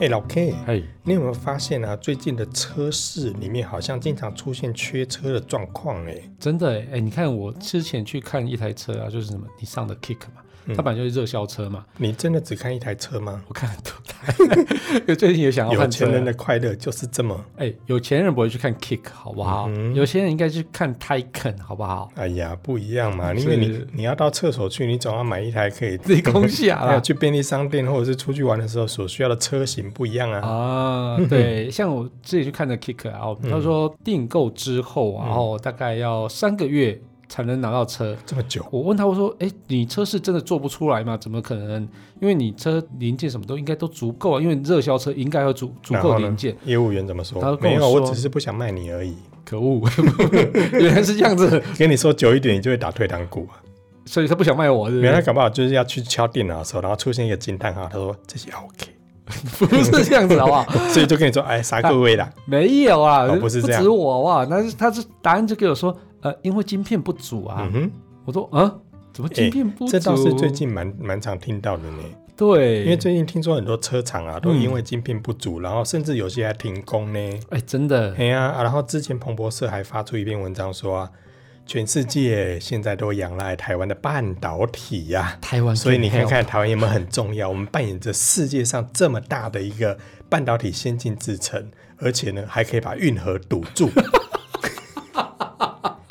哎、老 K，嘿，你有没有发现啊？最近的车市里面好像经常出现缺车的状况哎。真的哎、你看我之前去看一台车啊，就是什么你上的 Kick 嘛，嗯它本来就是热销车嘛，你真的只看一台车吗？我看很多台， 因为最近也想要有换钱车人啊。的快乐就是这么……哎、有钱人不会去看 Kick 好不好？嗯哼有些人应该去看 Taycan 好不好？哎呀，不一样嘛！是因为你你要到厕所去，你总要买一台可以自己 啊攻下还有啦。去便利商店或者是出去玩的时候所需要的车型不一样啊。啊，对，像我自己去看的 Kick 啊，他嗯说订购之后啊，然后大概要三个月才能拿到车。这么久，我问他，我说：“哎，你车是真的做不出来吗？怎么可能？因为你车零件什么都应该都足够啊，因为热销车应该有足足然够后呢零件。业务员怎么他说？跟没我有，我说只是不想卖你而已。 可恶，原来是这样子，跟你说久一点，你就会打退堂鼓啊。所以他不想卖我，是不原来是？搞不好就是要去敲电脑的时候，然后出现一个惊叹号，他说这些 OK，不是这样子，好不好？所以就跟你说，哎，啥各位啦，没有 啊，哦不是这样止我哇，那是他是答案就给我说，呃，因为晶片不足啊。嗯哼。我说啊，怎么晶片不足？这倒是最近蛮蛮常听到的呢，对，因为最近听说很多车厂啊都嗯因为晶片不足，然后甚至有些还停工呢。哎、真的哎呀、啊然后之前彭博社还发出一篇文章说啊，全世界现在都仰赖台湾的半导体呀、台湾，哦所以你看，看台湾有没有很重要？我们扮演着世界上这么大的一个半导体先进制程，而且呢还可以把运河堵 住。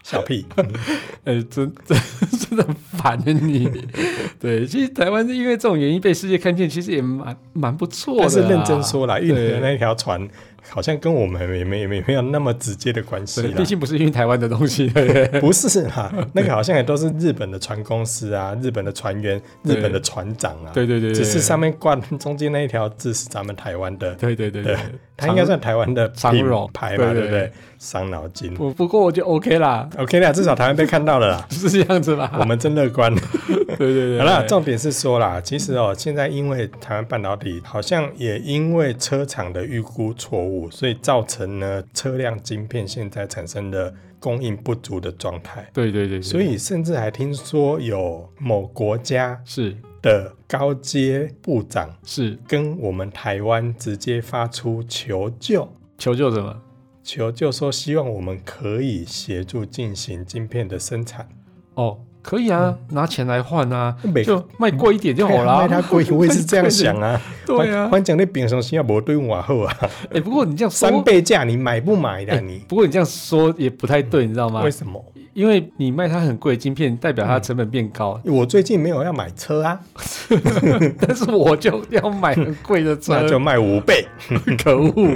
小屁，哎、真 真真的很烦啊你。对，其实台湾是因为这种原因被世界看见，其实也蛮蛮不错的、啊。但是认真说啦，运河对那条船好像跟我们也没也没也没有那么直接的关系对，啦毕。竟不是因为台湾的东西，对 不对？不是啦，那个好像也都是日本的船公司啊，日本的船员、日对本的船长啊。对对对对只是上面挂中间那一条字是咱们台湾的，对对对对对，它应该算台湾的长品荣牌吧，对对对不对对？伤脑筋。不不过我就 OK 啦，，OK 啦，至少台湾被看到了啦 是这样子吧？ 我们真乐观。对对对，好啦，对重点是说啦，其实哦，现在因为台湾半导体好像也因为车厂的预估错误，所以造成呢车辆晶片现在产生了供应不足的状态。对对对对，所以甚至还听说有某国家是的高阶部长是跟我们台湾直接发出求救，求救什么？求救说希望我们可以协助进行晶片的生产。哦，可以啊，拿钱来换啊，每就卖贵一点就好哎卖啦。嗯他贵，我也是这样想啊。对啊，反正你平常时也无对我好啊，哎、不过你这样说三倍价你买不买的你？不过你这样说也不太对，你知道吗为？什么？因为你卖它很贵的晶片，代表它成本变高， 我最近没有要买车啊，但是我就要买很贵的车那，就卖五倍。可恶！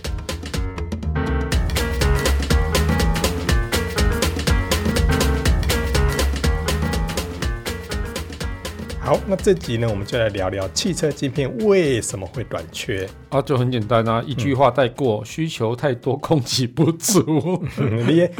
好，那这集呢，我们就来聊聊汽车晶片为什么会短缺。啊，就很简单啊，一句话带过，需求太多，供给不 足，嗯你也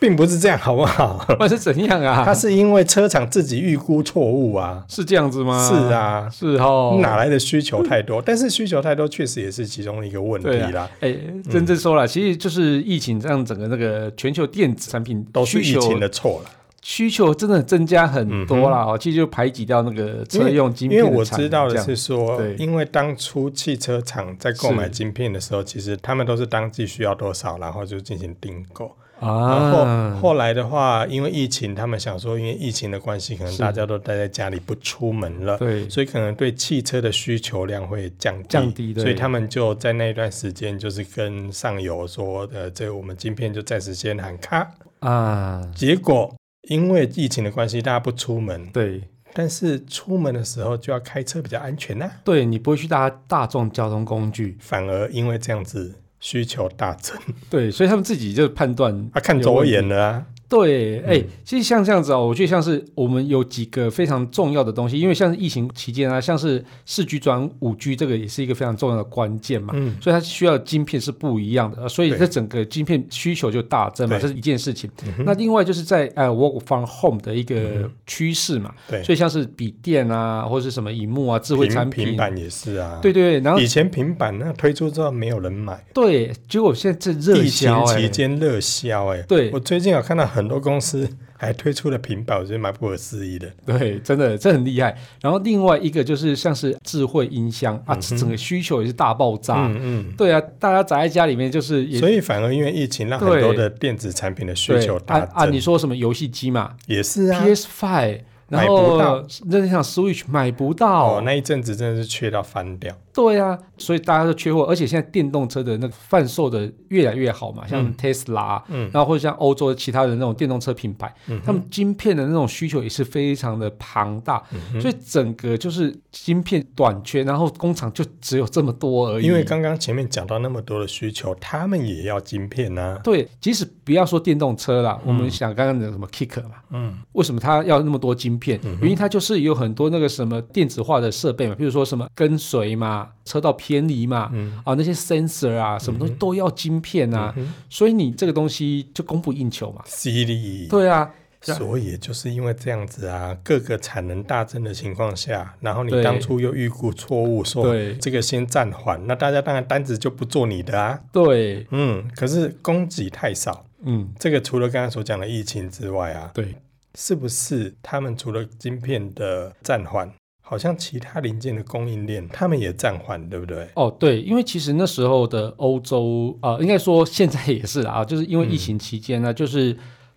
并不是这样，好不好？那是怎样啊？它是因为车厂自己预估错误啊。是这样子吗？是，啊，是哦。哪来的需求太多？但是需求太多确实也是其中的一个问题对啊啦。哎，真正说了，其实就是疫情让整个那个全球电子产品都是需疫求情的错啦。其需求真的增加很多啦，哦、其实就排挤掉那个车用晶嗯因为片我的产知能道这的样是说对，因为当初汽车厂在购买是晶片的时候，其实他们都是当季需要多少，然后就进行订购。然后啊，后来的话，因为疫情，他们想说，因为疫情的关系，可能大家都待在家里不出门了，对所以可能对汽车的需求量会降低降低对所以他们就在那一段时间就是跟上游说，呃，这我们晶片就暂时先喊卡。啊，结果因为疫情的关系，大家不出门，对但是出门的时候就要开车比较安全呐、对，你不会去搭大众交通工具，反而因为这样子需求大增 对，所以他们自己就判断啊，看走眼了啊，对，哎、其实像这样子啊、我觉得像是我们有几个非常重要的东西，因为像是疫情期间啊，像是四 G 转五 G 这个也是一个非常重要的关键嘛，嗯，所以它需要的晶片是不一样的，呃所以对这整个晶片需求就大增嘛，对这是一件事情。嗯哼那另外就是在呃 work from home 的一个嗯趋势嘛，对，所以像是笔电啊，或是什么荧幕啊，智慧平产平品，板也是啊，对对对，然后以前平板那推出之后没有人买，对，结果现在这热疫销情哎、期间热销哎，对我最近有看到很多公司还推出了平板，我觉得蛮不可思议的。对，真的这很厉害。然后另外一个就是像是智慧音箱啊，嗯哼整个需求也是大爆炸。嗯对啊，大家宅在家里面就是嗯，也所以反而因为疫情，让很对多的电子产品的需对求啊大啊，你增，说什么游戏机嘛也是啊。 ，PS Five，然买不后到任天堂 Switch 买不到哦，，那一阵子真的是缺到翻掉。对啊，所以大家都缺货，而且现在电动车的那个贩售的越来越好嘛，像 Tesla，、啊嗯然后或者像欧洲其他的那种电动车品牌，嗯哼他们晶片的那种需求也是非常的庞大，嗯所以整个就是晶片短缺，然后工厂就只有这么多而已。因为刚刚前面讲到那么多的需求，他们也要晶片啊呐、对，即使不要说电动车啦，我们想刚刚的什么 Kick 嘛，嗯，为什么它要那么多晶片？原因它就是有很多那个什么电子化的设备嘛，比如说什么跟随嘛、车道偏离嘛，啊那些 sensor 啊，什么东西都要晶片啊，所以你这个东西就供不应求嘛。犀利。对啊，所以也就是因为这样子啊，各个产能大增的情况下，然后你对当初又预估错误，说对这个先暂缓，那大家当然单子就不做你的啊。对，嗯，可是供给太少，嗯，这个除了刚刚所讲的疫情之外啊，对，是不是他们除了晶片的暂缓，好像其他零件的供应链他们也暂缓，对不对？哦，对，因为其实那时候的欧洲，呃，应该说现在也是啦啊，就是因为嗯疫情期间呢，就是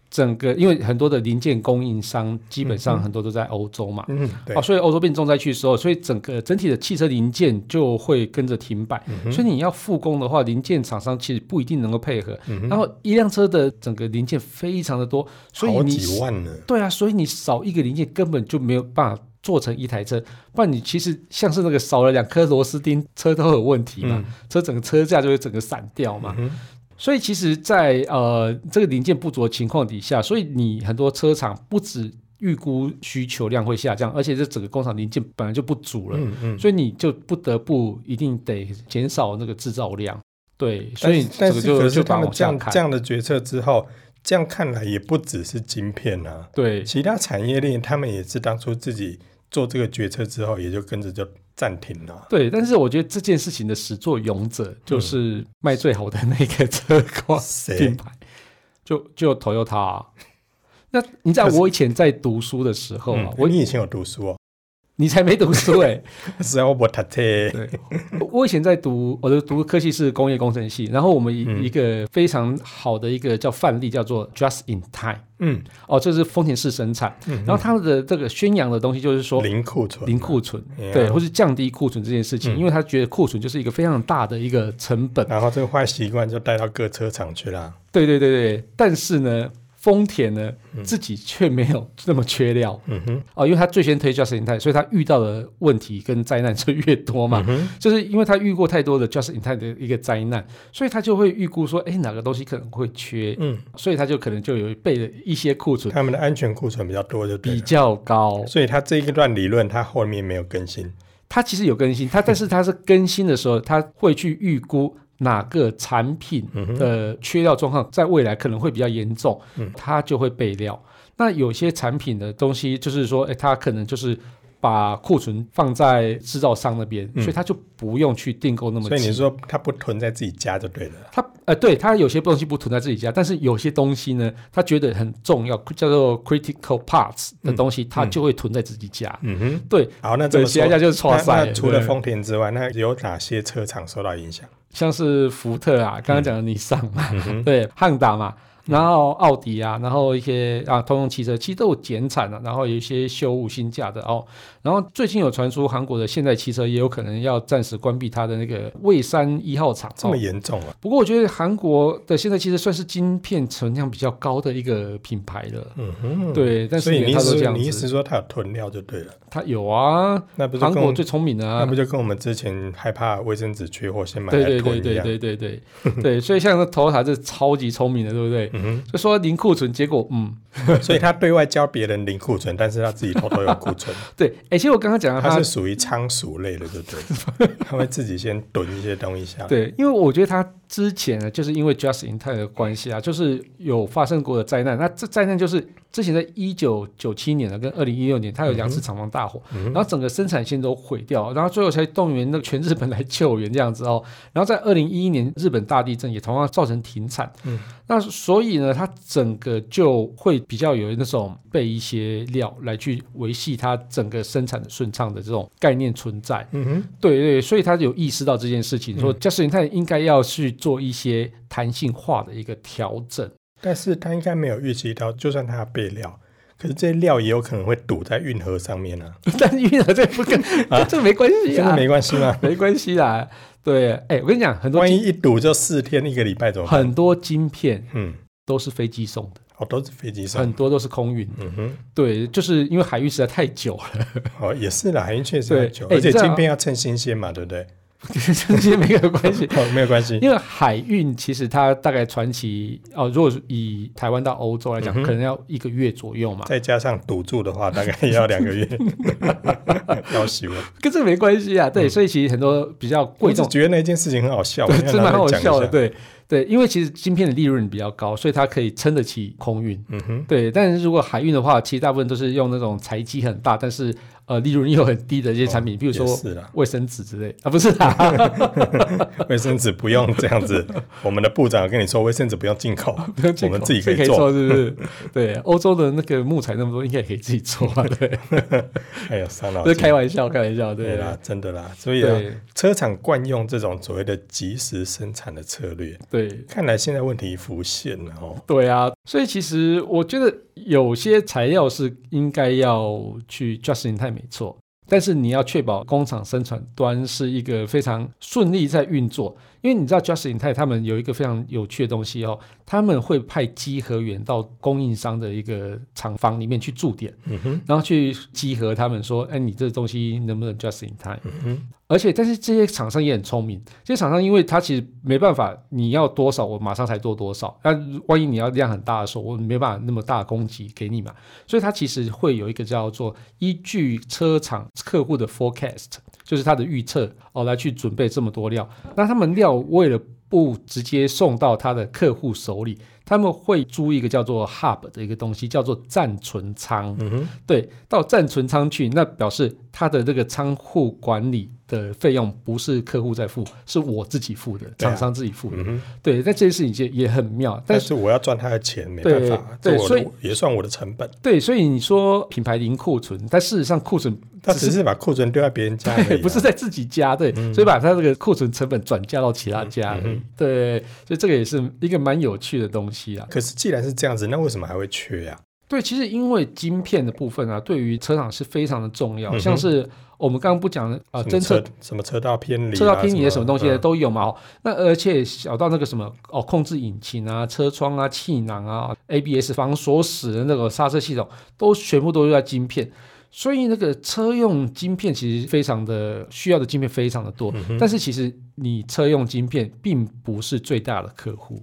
整个因为很多的零件供应商基本上很多都在欧洲嘛，嗯，对哦，，所以欧洲变重灾区的时候，所以整个整体的汽车零件就会跟着停摆。嗯所以你要复工的话，零件厂商其实不一定能够配合。嗯然后一辆车的整个零件非常的多，所以好你几万呢。对啊，所以你少一个零件根本就没有办法做成一台车。不然你其实像是那个少了两颗螺丝钉，车都有问题嘛，车整个车架就会整个散掉嘛。嗯所以其实在，呃这个零件不足的情况底下，所以你很多车厂不止预估需求量会下降，而且这整个工厂零件本来就不足了，嗯嗯，所以你就不得不一定得减少那个制造量。对，所但以是这但个是就可就是把他它们往这下样看这。样的决策之后，这样看来也不只是晶片啊，对，其他产业链他们也是当初自己做这个决策之后，也就跟着就暂停了。对，但是我觉得这件事情的始作俑者就是嗯卖最好的那个车 款品谁？牌，就就 Toyota 啊、那你知道可是我以前在读书的时候啊，嗯我你以前有读书 哦，你才没 读书哎、是啊，我不读册。对，我以前在读，我的读科系是工业工程系，然后我们一嗯一个非常好的一个叫范例叫做 Just in Time，嗯哦，这是丰田式生产，嗯，然后他们的这个宣扬的东西就是说零库存，零库存，哎呀对，或是降低库存这件事情，嗯因为他觉得库存就是一个非常大的一个成本。然后这个坏习惯就带到各车厂去啦。对对对对，但是呢，丰田呢、嗯自己却没有那么缺料嗯哼，哦，因为他最先推 Just in Time，所以他遇到的问题跟灾难就越多嘛。嗯哼， 就是因为他遇过太多的 Just in Time 的一个灾难，所以他就会预估说，哎，哪个东西可能会缺，嗯，所以他就可能就有备了一些库存他们的安全库存比较多，就对比了。较高。所以他这一段理论，他后面没有更新。它其实有更新，它但是它是更新的时候，它会去预估哪个产品嗯哼，的呃缺料状况在未来可能会比较严重嗯，它就会备料。那有些产品的东西，就是说，哎，它可能就是把库存放在制造商那边，嗯所以它就不用去订购那么所以你急。说他不囤在自己家就对了。它呃，对它有些东西不囤在自己家，但是有些东西呢，它觉得很重要，叫做 critical parts 的东西，它就会囤在自己家。嗯哼，对，好，那这对，么其说他，家就是超那赛。那除了对丰田之外，那有哪些车厂受到影响？像是福特啊，刚刚讲的尼桑嘛，嗯哼，对，汉达嘛，然后奥迪啊，然后一些啊，通用汽车其实都有减产啊，然后有一些修物新价的哦。然后最近有传出韩国的现代汽车也有可能要暂时关闭它的那个蔚山一号厂、这哦么。严重啊？不过我觉得韩国的现代汽车算是晶片存量比较高的一个品牌了，嗯哼，。对，但所是以你每意它都这思样你意子，思说他有囤料就对了，它有啊，那不是韩跟我国们最聪明的啊那不，就跟我们之前害怕卫生纸缺货先买对来对囤对一对样？ 对对对对，所以像那头塔是超级聪明的，对不对？嗯就说零库存，结果嗯，哼，所以他对外教别人零库存，但是他自己偷偷有库 存，对，哎，其实我刚刚讲到他他是属于仓鼠类的，对不 对？他会自己先囤一些东西下来。对，因为我觉得他之前呢，就是因为 Just in Time 的关系啊，就是有发生过的灾难。那这灾难就是之前在一九九七年呢，跟二零一六年，它有两次厂房大火，嗯哼然后整个生产线都毁掉，然后最后才动员那个全日本来救援这样子哦。然后在二零一一年日本大地震也同样造成停产，嗯，那所以呢，它整个就会比较有那种备一些料来去维系它整个生产的顺畅的这种概念存在。嗯哼，对对，所以他有意识到这件事情，说加斯林泰应该要去做一些弹性化的一个调 整。但是他应该没有预期到，就算他备料，可是这些料也有可能会堵在运河上面啊，但运河这不跟、这没关系真啊，的没关系吗？没关系啦。对，哎，我跟你讲，很多万一晶一堵就四天一个礼拜怎么办？很多晶片嗯，都是飞机送的，哦，都是飞机上很。多都是啊空运。嗯哼，对，就是因为海域实在太久了， 哦，也是啦，海运确实很久，对哎而且你知道晶片要趁新鲜嘛，对不 对？这些没有关系。哦，没有关系。因为海运其实它大概传奇哦，如果是以台湾到欧洲来讲，嗯哼可能要一个月左右嘛。再加上堵住的话，大概也要两个 月，要死我！跟这个没关系啊，对，所以其实很多比较贵我重只觉得那件事情很好笑， 对，我想这蛮拿来好讲一笑的，下。对对，因为其实晶片的利润比较高，所以它可以撑得起空运。嗯哼，对，但是如果海运的话，其实大部分都是用那种财机很大，但是呃利润又很低的一些产品，比如哦也说是啦，卫生纸之类啊，不是啦，卫生纸不用这样子。 我们的部长跟你说，卫生纸不用进口，不用 进我们口自己可这以可以做。做，是不是？对，欧洲的那个木材那么多，应该也可以自己做啊， 对，哎呀，伤脑 这是筋。开玩笑，开玩笑，对对啦，真的啦，所以啊，对车厂惯用这种所谓的及时生产的策略，对。看来现在问题浮现了哦。对啊，所以其实我觉得有些材料是应该要去 just in time 没错，但是你要确保工厂生产端是一个非常顺利在运作，因为你知道 just in time 他们有一个非常有趣的东西哦，他们会派稽核员到供应商的一个厂房里面去驻点，嗯哼，然后去稽核他们说，哎，你这东西能不能 just in time？嗯哼，而且，但是这些厂商也很聪明，这些厂商因为他其实没办法，你要多少我马上才做多少，那万一你要量很大的时候，我没办法那么大的供给给你嘛，所以它其实会有一个叫做依据车厂客户的 forecast，就是它的预测哦来去准备这么多料，那他们料为了不直接送到他的客户手里，他们会租一个叫做 hub 的一个东西，叫做暂存仓。嗯哼，对，到暂存仓去，那表示他的这个仓库管理的费用不是客户在付，是我自己付的，对啊厂商自己付的。嗯哼。对，那这件事情也也很妙，但但是是我要赚他的钱，没办法，对这对我所以的也算我的成本。对，所以你说品牌零库存，但事实上库存他只只是把库存丢在别人家而已啊、对，不是在自己家，对，嗯所以把他这个库存成本转嫁到其他家而已，对，所以这个也是一个蛮有趣的东西啊。 可是既然是这样子，那为什么还会缺啊呀、对，其实因为晶片的部分啊，对于车厂是非常的重要，嗯哼像是我们刚刚不讲的啊，啊？侦测车什么车道偏离、啊、车道偏离的什么东西的嗯都有嘛、哦。那而且小到那个什么哦，控制引擎啊、车窗啊、气囊啊、ABS 防锁死的那个刹车系统，都全部都用在晶片。所以那个车用晶片其实非常的需要的晶片非常的多，但是其实你车用晶片并不是最大的客户，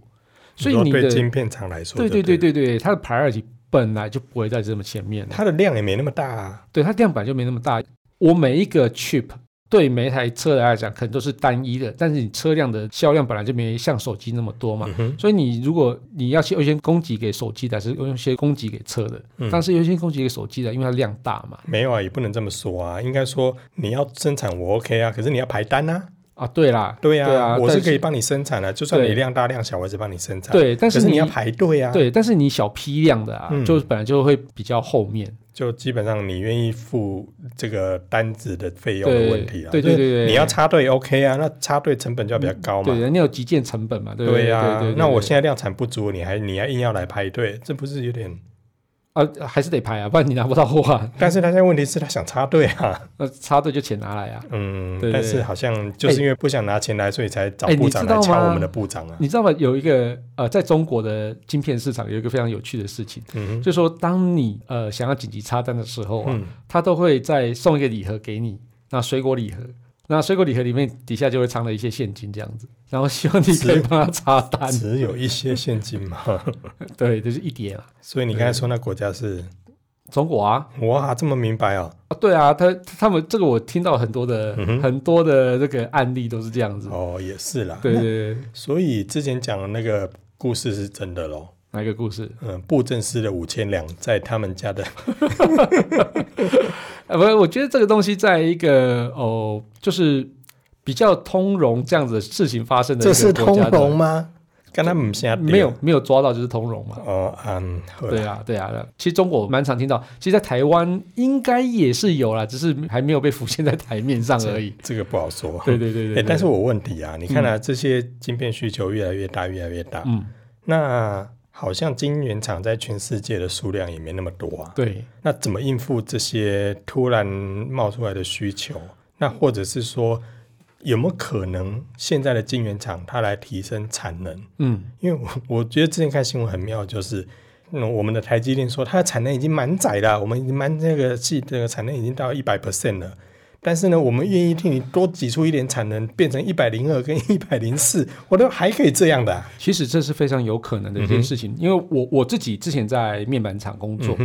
所以说你的对晶片厂来说，对对对对，对对对，它的 priority 本来就不会在这么前面的，它的量也没那么大、啊。对它量本来就没那么大。我每一个 chip 对每一台车来讲可能都是单一的，但是你车辆的销量本来就没像手机那么多嘛，嗯哼，所以你如果你要去优先供给给手机的，还是优先供给给车的，嗯但是优先供给给手机的，因为它量大嘛。没有啊，也不能这么说啊。应该说你要生产我 OK 啊，可是你要排单啊。啊，对啦，对啊，对啊我但是是可以帮你生产的、啊就算对你量大量小，我还是帮你生产。，对，但可你你要排队啊。，对，但是你小批量的啊，嗯就是本来就会比较后面。就基本上你愿意付这个单子的费用对的问题啊。对就是对对对你要插队 OK 啊，那插队成本就要比较高嘛。对，你有极限成本嘛，对不对呀、对对对那我对现在量产不足，你还你还硬要来排队，这不是有嗯点？啊还是得排啊，不然你拿不到货啊。但是他现在问题是，他想插队啊，那插队就钱拿来啊。嗯，对对但是好像就是因为不想拿钱来，所以才找部长哎来你知敲道吗我们的部长啊，你知道吗？有一个呃，在中国的晶片市场有一个非常有趣的事情，嗯哼，就是说，当你呃想要紧急插单的时候啊，嗯他都会再送一个礼盒给你，那水果礼盒。那水果礼盒里面底下就会藏了一些现金这样子，然后希望你可以帮他查 单。只有一些现金嘛， 对，就是一叠啦。所以你刚才说那国家是中国啊，哇，这么明白哦，啊对啊，他他们这个我听到很多的、嗯哼很多的这个案例都是这样子。哦，也是啦。对对对，所以之前讲的那个故事是真的喽。哪一个故事？嗯，布政司的五千两在他们家 的，啊，不是，我觉得这个东西在一个哦，就是比较通融这样子的事情发生的一这个是国通家的融吗？跟他们下没有没有抓到就是通融嘛。哦，嗯，好啦对啊，对啊，对啊其实中国我蛮常听到，其实，在台湾应该也是有啦，只是还没有被浮现在台面上而已。这个不好说。对对对对哎、对但是我问题啊，你看啊，这些晶片需求越来越大，越来越大，嗯，那好像晶圆厂在全世界的数量也没那么多啊。对，那怎么应付这些突然冒出来的需求？那或者是说，有没有可能现在的晶圆厂它来提升产能？嗯，因为我 我觉得之前看新闻很妙，就是。嗯，我们的台积电说它的产能已经满载了，我们已经满这个系这个产能已经到一百 percent 了，但是呢，我们愿意替你多挤出一点产能，变成一百零二跟一百零四，我都还可以这样的啊、其实这是非常有可能的一件事情，因为我我自己之前在面板厂工作，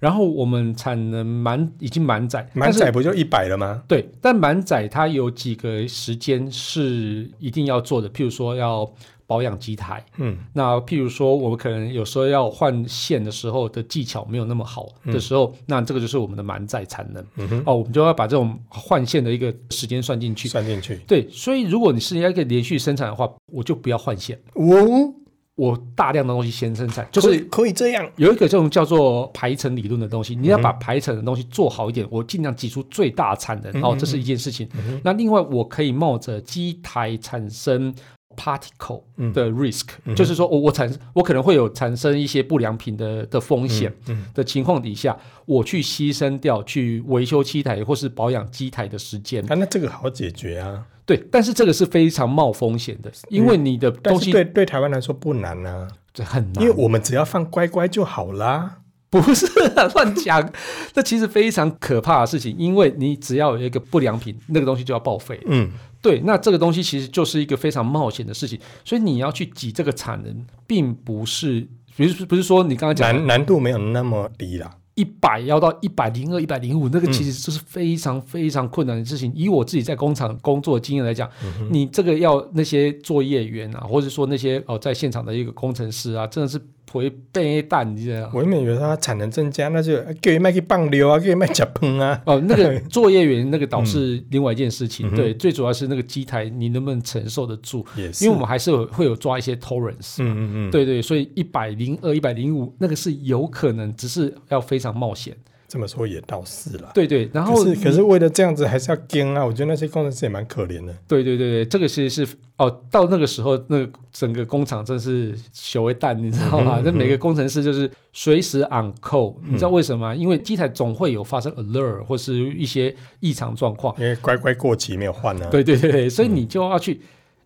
然后我们产能满已经嗯满载，满但载是不就一百了吗？对，但满载它有几个时间是一定要做的，譬如说要保养机台，嗯，那譬如说，我们可能有时候要换线的时候的技巧没有那么好的时候，那这个就是我们的满载产能、哦，我们就要把这种换线的一个时间算进去。算进去。对，所以如果你是要一个连续生产的话，我就不要换线，哦，我大量的东西先生产，就是可以这样。有一个这种叫做排程理论的东西，嗯你要把排程的东西做好一点，我尽量挤出最大产嗯能，哦，这是一件事情。那另外，我可以冒着机台产生 particle 嗯的 risk，、就是说我我产我可能会有产生一些不良品的的风险嗯的情况底下，我去牺牲掉去维修机台或是保养机台的时间。啊，那这个好解决啊，对，但是这个是非常冒风险的，因为你的但东是西对对台湾来说不难啊，这很难因为。我们只要放乖乖就好啦。不是啊 乱讲，这其实非常可怕的事情，因为你只要有一个不良品，那个东西就要报废。嗯，对，那这个东西其实就是一个非常冒险的事情，所以你要去挤这个产能，并不是，比如不是说你刚刚讲难难度没有那么低啦。一百要到一百零二、一百零五，那个其实就是非常非常困难的事情。以我自己在工厂工作的经验来讲，你这个要那些作业员啊，或者说那些哦在现场的一个工程师啊，真的是回背蛋，你知道吗？啊我原本以为它产能增加，那就啊叫伊卖去放流啊，叫伊卖吃烹啊。哦，那个作业员那个倒嗯是另外一件事情，对，最主要是那个机台你能不能承受得住，也是，因为我们还是有会有抓一些 torrents，、嗯嗯嗯，对对，所以一百零二、一百零五那个是有可能，只是要非常冒险，这么说也倒是啦。对对，然后啊可是可是为了这样子还是要跟啊，我觉得那些工程师也蛮可怜的。对对对对，这个其实是哦，到那个时候，那个整个工厂真是朽为蛋，你知道嗯吗？那、每个工程师就是随时 on call，、你知道为什么吗？因为机台总会有发生 alert 或是一些异常状况。因为乖乖过期没有换呢、啊，哦对对对对，所以你就要去。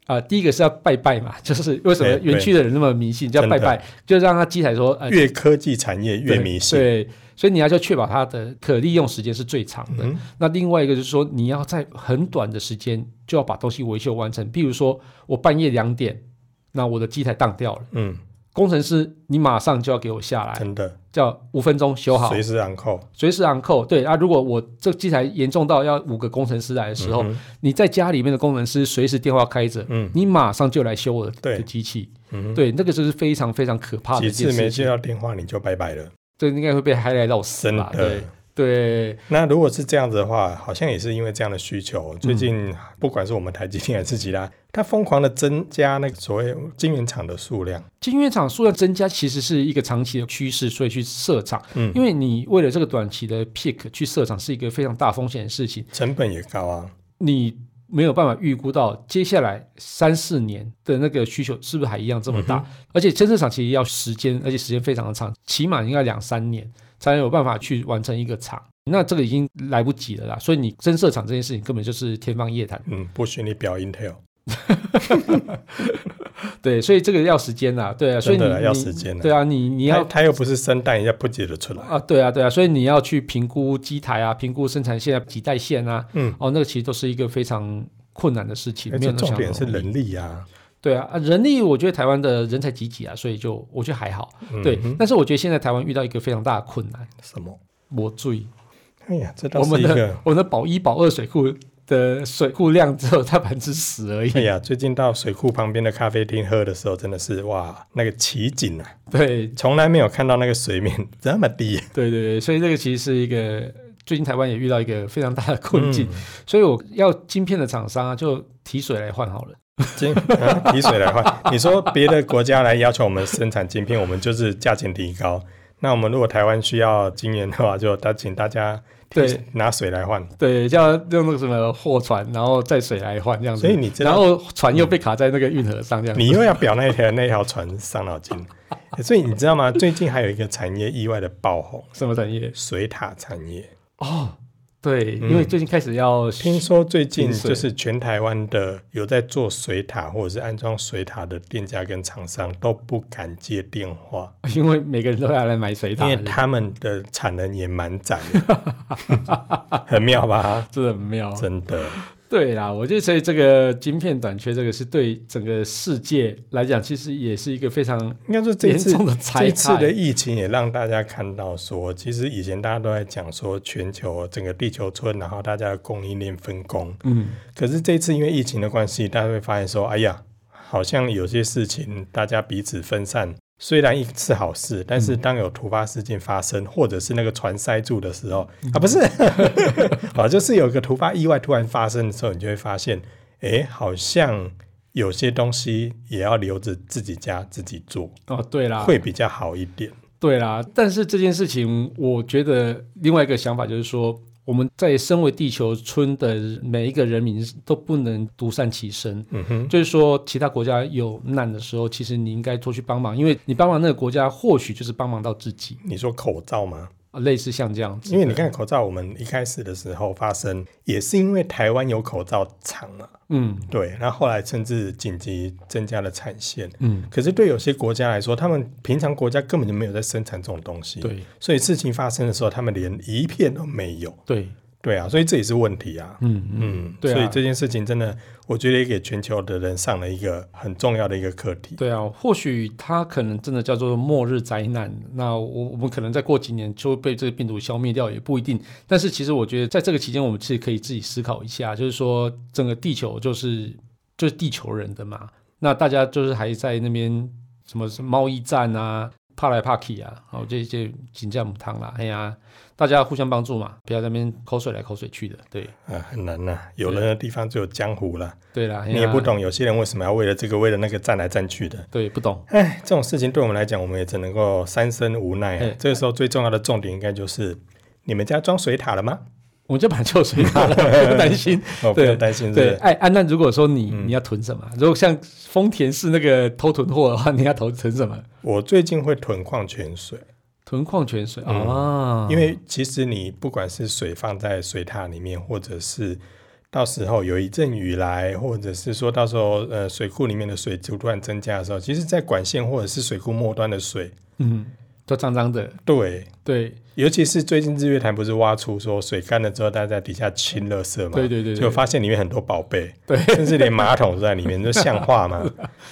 啊、第一个是要拜拜嘛，就是为什么对哎对园区的人那么迷信，叫真拜的拜，就让他机台说，呃，越科技产业越对迷信。对，所以你要就确保它的可利用时间是最长嗯的。那另外一个就是说，你要在很短的时间就要把东西维修完成。比如说，我半夜两点，那我的机台当掉了，嗯，工程师你马上就要给我下来，真的，叫五分钟修哎好随，时昂扣。随时昂扣。对啊，如果我这个机台严重到要五个工程师来的时候，你在家里面的工程师随时电话开着，嗯你马上就来修我的对的机器。嗯对，那个就是非常非常可怕的一几件次事没情接。到电话你就拜拜了，这应该会被嗨来到死真吧？的对。对，那如果是这样子的话，好像也是因为这样的需求，最嗯近不管是我们台积电还是其他，它疯狂的增加那个所谓晶圆厂的数量。晶圆厂数量增加其实是一个长期的趋势，所以去设厂，嗯因为你为了这个短期的 peak 去设厂是一个非常大风险的事情，成本也高啊，你没有办法预估到接下来三四年的那个需求是不是还一样这么大，嗯而且真正厂其实要时间，而且时间非常的长，起码应该两三年才有办法去完成一个厂。那这个已经来不及了啦，所以你增设厂这件事情根本就是天方夜谭。嗯，不许你表 Intel，对，所以这个要时间啦，对啊，所以你真的啦要你时间啦对啊，你你它要它又不是生蛋一下不解得出来，啊，对啊，对啊，所以你要去评估机台啊，评估生产线啊，几代线啊，嗯，哦，那个其实都是一个非常困难的事情，而没有且那么重想点是容易人力啊，对啊，啊人力我觉得台湾的人才济济啊，所以就我觉得还好，嗯对，但是我觉得现在台湾遇到一个非常大的困难，什么？我注意哎呀，这倒我是们一的 个。我们的保一保二水库的水库量只有它百分之十而已哎，呀，最近到水库旁边的咖啡厅喝的时候，真的是哇，那个奇景啊，对从来没有看到那个水面这么低。 对对对，所以这个其实是一个最近台湾也遇到一个非常大的困境，嗯所以我要晶片的厂商啊，就提水来换好了。金、啊、提水来换，你说别的国家来要求我们生产晶片，我们就是价钱提高。那我们如果台湾需要晶圆的话，就大请大家提对拿水来换。对，叫用那个什么货船，然后再水来换这样子。所以你知道然后船又被卡在那个运河上这 样子。你又要表那条那条船伤脑筋、 欸所以你知道吗？最近还有一个产业意外的爆红，什么产业？水塔产业。哦，对，因为最近开始要嗯听说最近停水就是全台湾的有在做水塔或者是安装水塔的店家跟厂商都不敢接电话， 因为每个人都要来买水塔，因为他们的产能也蛮窄的， 很妙 吧？真的很妙。真的，对啦，我觉得所以这个晶片短缺，这个是对整个世界来讲，其实也是一个非常应该说这一次严重的这灾一次的害。疫情也让大家看到说，其实以前大家都在讲说全球整个地球村，然后大家的供应链分工，嗯，可是这次因为疫情的关系，大家会发现说，哎呀，好像有些事情大家彼此分散，虽然一是好事，但是当有突发事件发生，或者是那个船塞住的时候，啊，不是， 啊，就是有个突发意外突然发生的时候，你就会发现，哎，好像有些东西也要留着自己家自己做，哦，对啦，会比较好一点。对啦，但是这件事情，我觉得另外一个想法就是说，我们在身为地球村的每一个人民都不能独善其身。嗯哼，就是说，其他国家有难的时候，其实你应该多去帮忙，因为你帮忙那个国家，或许就是帮忙到自己，你说口罩吗？啊类似像这样子。因为你看口罩，我们一开始的时候发生，也是因为台湾有口罩厂啊。嗯对，那后来甚至紧急增加了产线。嗯，可是对有些国家来说，他们平常国家根本就没有在生产这种东西，，对所以事情发生的时候，他们连一片都没有。对，对啊，所以这也是问题啊。嗯嗯，嗯，对啊所以这件事情真的，我觉得也给全球的人上了一个很重要的一个课题。对啊，或许它可能真的叫做末日灾难。那我我们可能再过几年就会被这个病毒消灭掉，也不一定。但是其实我觉得，在这个期间，我们是可以自己思考一下，就是说整个地球就是就是地球人的嘛。那大家就是还在那边什么什么贸易战啊，怕来怕去啊，哦这些紧张母汤啦，哎呀，大家互相帮助嘛，不要在那边口水来口水去的。对啊，很难呐、有人的地方就有江湖啦。对啦，哎呀你也不，懂有些人为什么要为了这个为了那个战来战去的。对不懂。哎，这种事情对我们来讲，我们也只能够三生无奈、啊哎。这个时候最重要的重点应该就是，你们家装水塔了吗？我们就把旧水塔了，不担心。哦，不对用担心，对，是哎，啊，那如果说你、嗯你要囤什么？如果像丰田是那个偷囤货的话，你要投囤什么？我最近会囤矿泉水，囤矿泉水、嗯啊，因为其实你不管是水放在水塔里面，或者是到时候有一阵雨来，或者是说到时候呃水库里面的水就突然增加的时候，其实在管线或者是水库末端的水，嗯，都脏脏的，对。对尤其是最近日月潭不是挖出说水干了之后，大家在底下清垃圾嘛？对对对对就发现里面很多宝贝，对，甚至连马桶都在里面， 这像话 吗？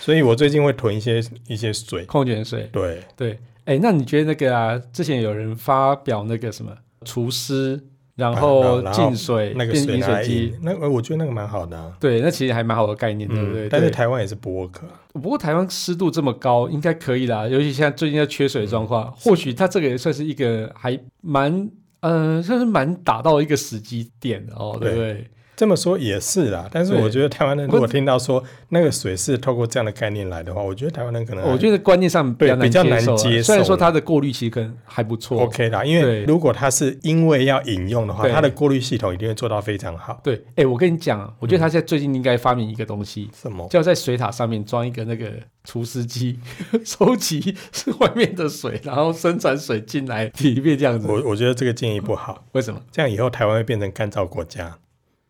所以我最近会囤一些一些水，矿泉水，对，对，哎，那你觉得那个啊，之前有人发表那个什么厨师，然后啊然后进水、那个变水饮拿来水饮机，，那个我觉得那个蛮好的、啊。嗯对，那其实还蛮好的概念，对不对？但是对台湾也是不 work，啊不过台湾湿度这么高，应该可以啦。尤其现在最近在缺水的状况，嗯或许它这个也算是一个还蛮呃，算是蛮打到一个时机点的哦，对不对？这么说也是啦。但是对我觉得台湾人我如果听到说那个水是透过这样的概念来的话，我觉得台湾人可能我觉得观念上比较难对比较难接受啊接受虽然说它的过滤其实可能还不错。 OK 啦，因为对如果它是因为要饮用的话，对它的过滤系统一定会做到非常好。对，哎，我跟你讲啊，我觉得他现在最近应该发明一个东西，什么？就在水塔上面装一个那个除湿机， 收集是外面的水，然后生产水进来里面这样子。我我觉得这个建议不好，为什么？这样以后台湾会变成干燥国家。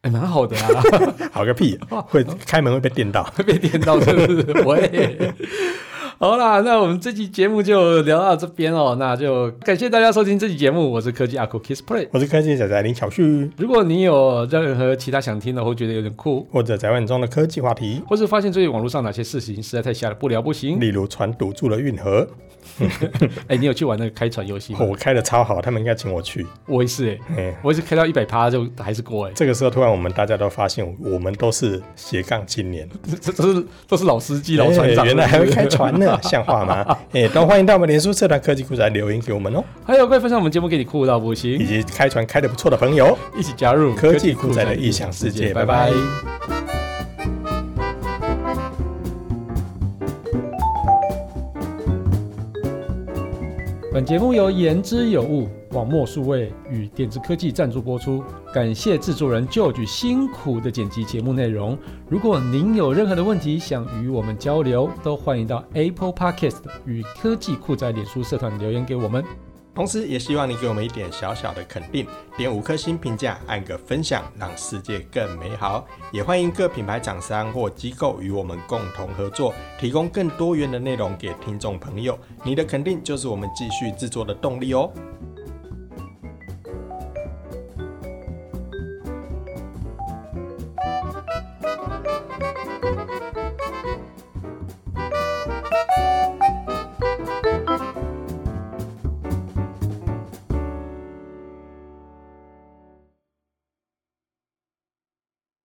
哎，蛮好的啊，好个屁，啊 会开门会被电到。被电到是不是？ 喂，好啦，那我们这期节目就聊到这边哦，那就感谢大家收听这期节目，我是科技阿酷 Kiss Play。我是科技仔仔林巧旭，如果你有任何其他想听的，或觉得有点酷，或者宅问中的科技话题，或是发现最近网络上哪些事情实在太瞎了，不聊不行。例如船堵住了运河，哎，你有去玩那个开船游戏吗？哦我开的超好，他们应该请我去。我也是哎、嗯，我也是开到一百趴就还是过哎、这个时候突然我们大家都发现，我们都是斜杠青年，这这是都是老司机、老船长、哎原来还会开。船呢，像话吗？哎、都欢迎到我们脸书社团科技股仔留言给我们哦， 还有，快分享我们节目给你酷到不以行，及开船开的不错的朋友。一起加入科技酷宅的异想世界拜拜拜拜本节目由言之有物、网墨数位与点子科技赞助播出，感谢制作人 George 辛苦的剪辑节目内容。如果您有任何的问题想与我们交流，都欢迎到 Apple Podcast 与科技酷宅脸书社团留言给我们。同时，也希望你给我们一点小小的肯定，点五颗星评价，按个分享，让世界更美好。也欢迎各品牌厂商或机构与我们共同合作，提供更多元的内容给听众朋友。你的肯定就是我们继续制作的动力哦。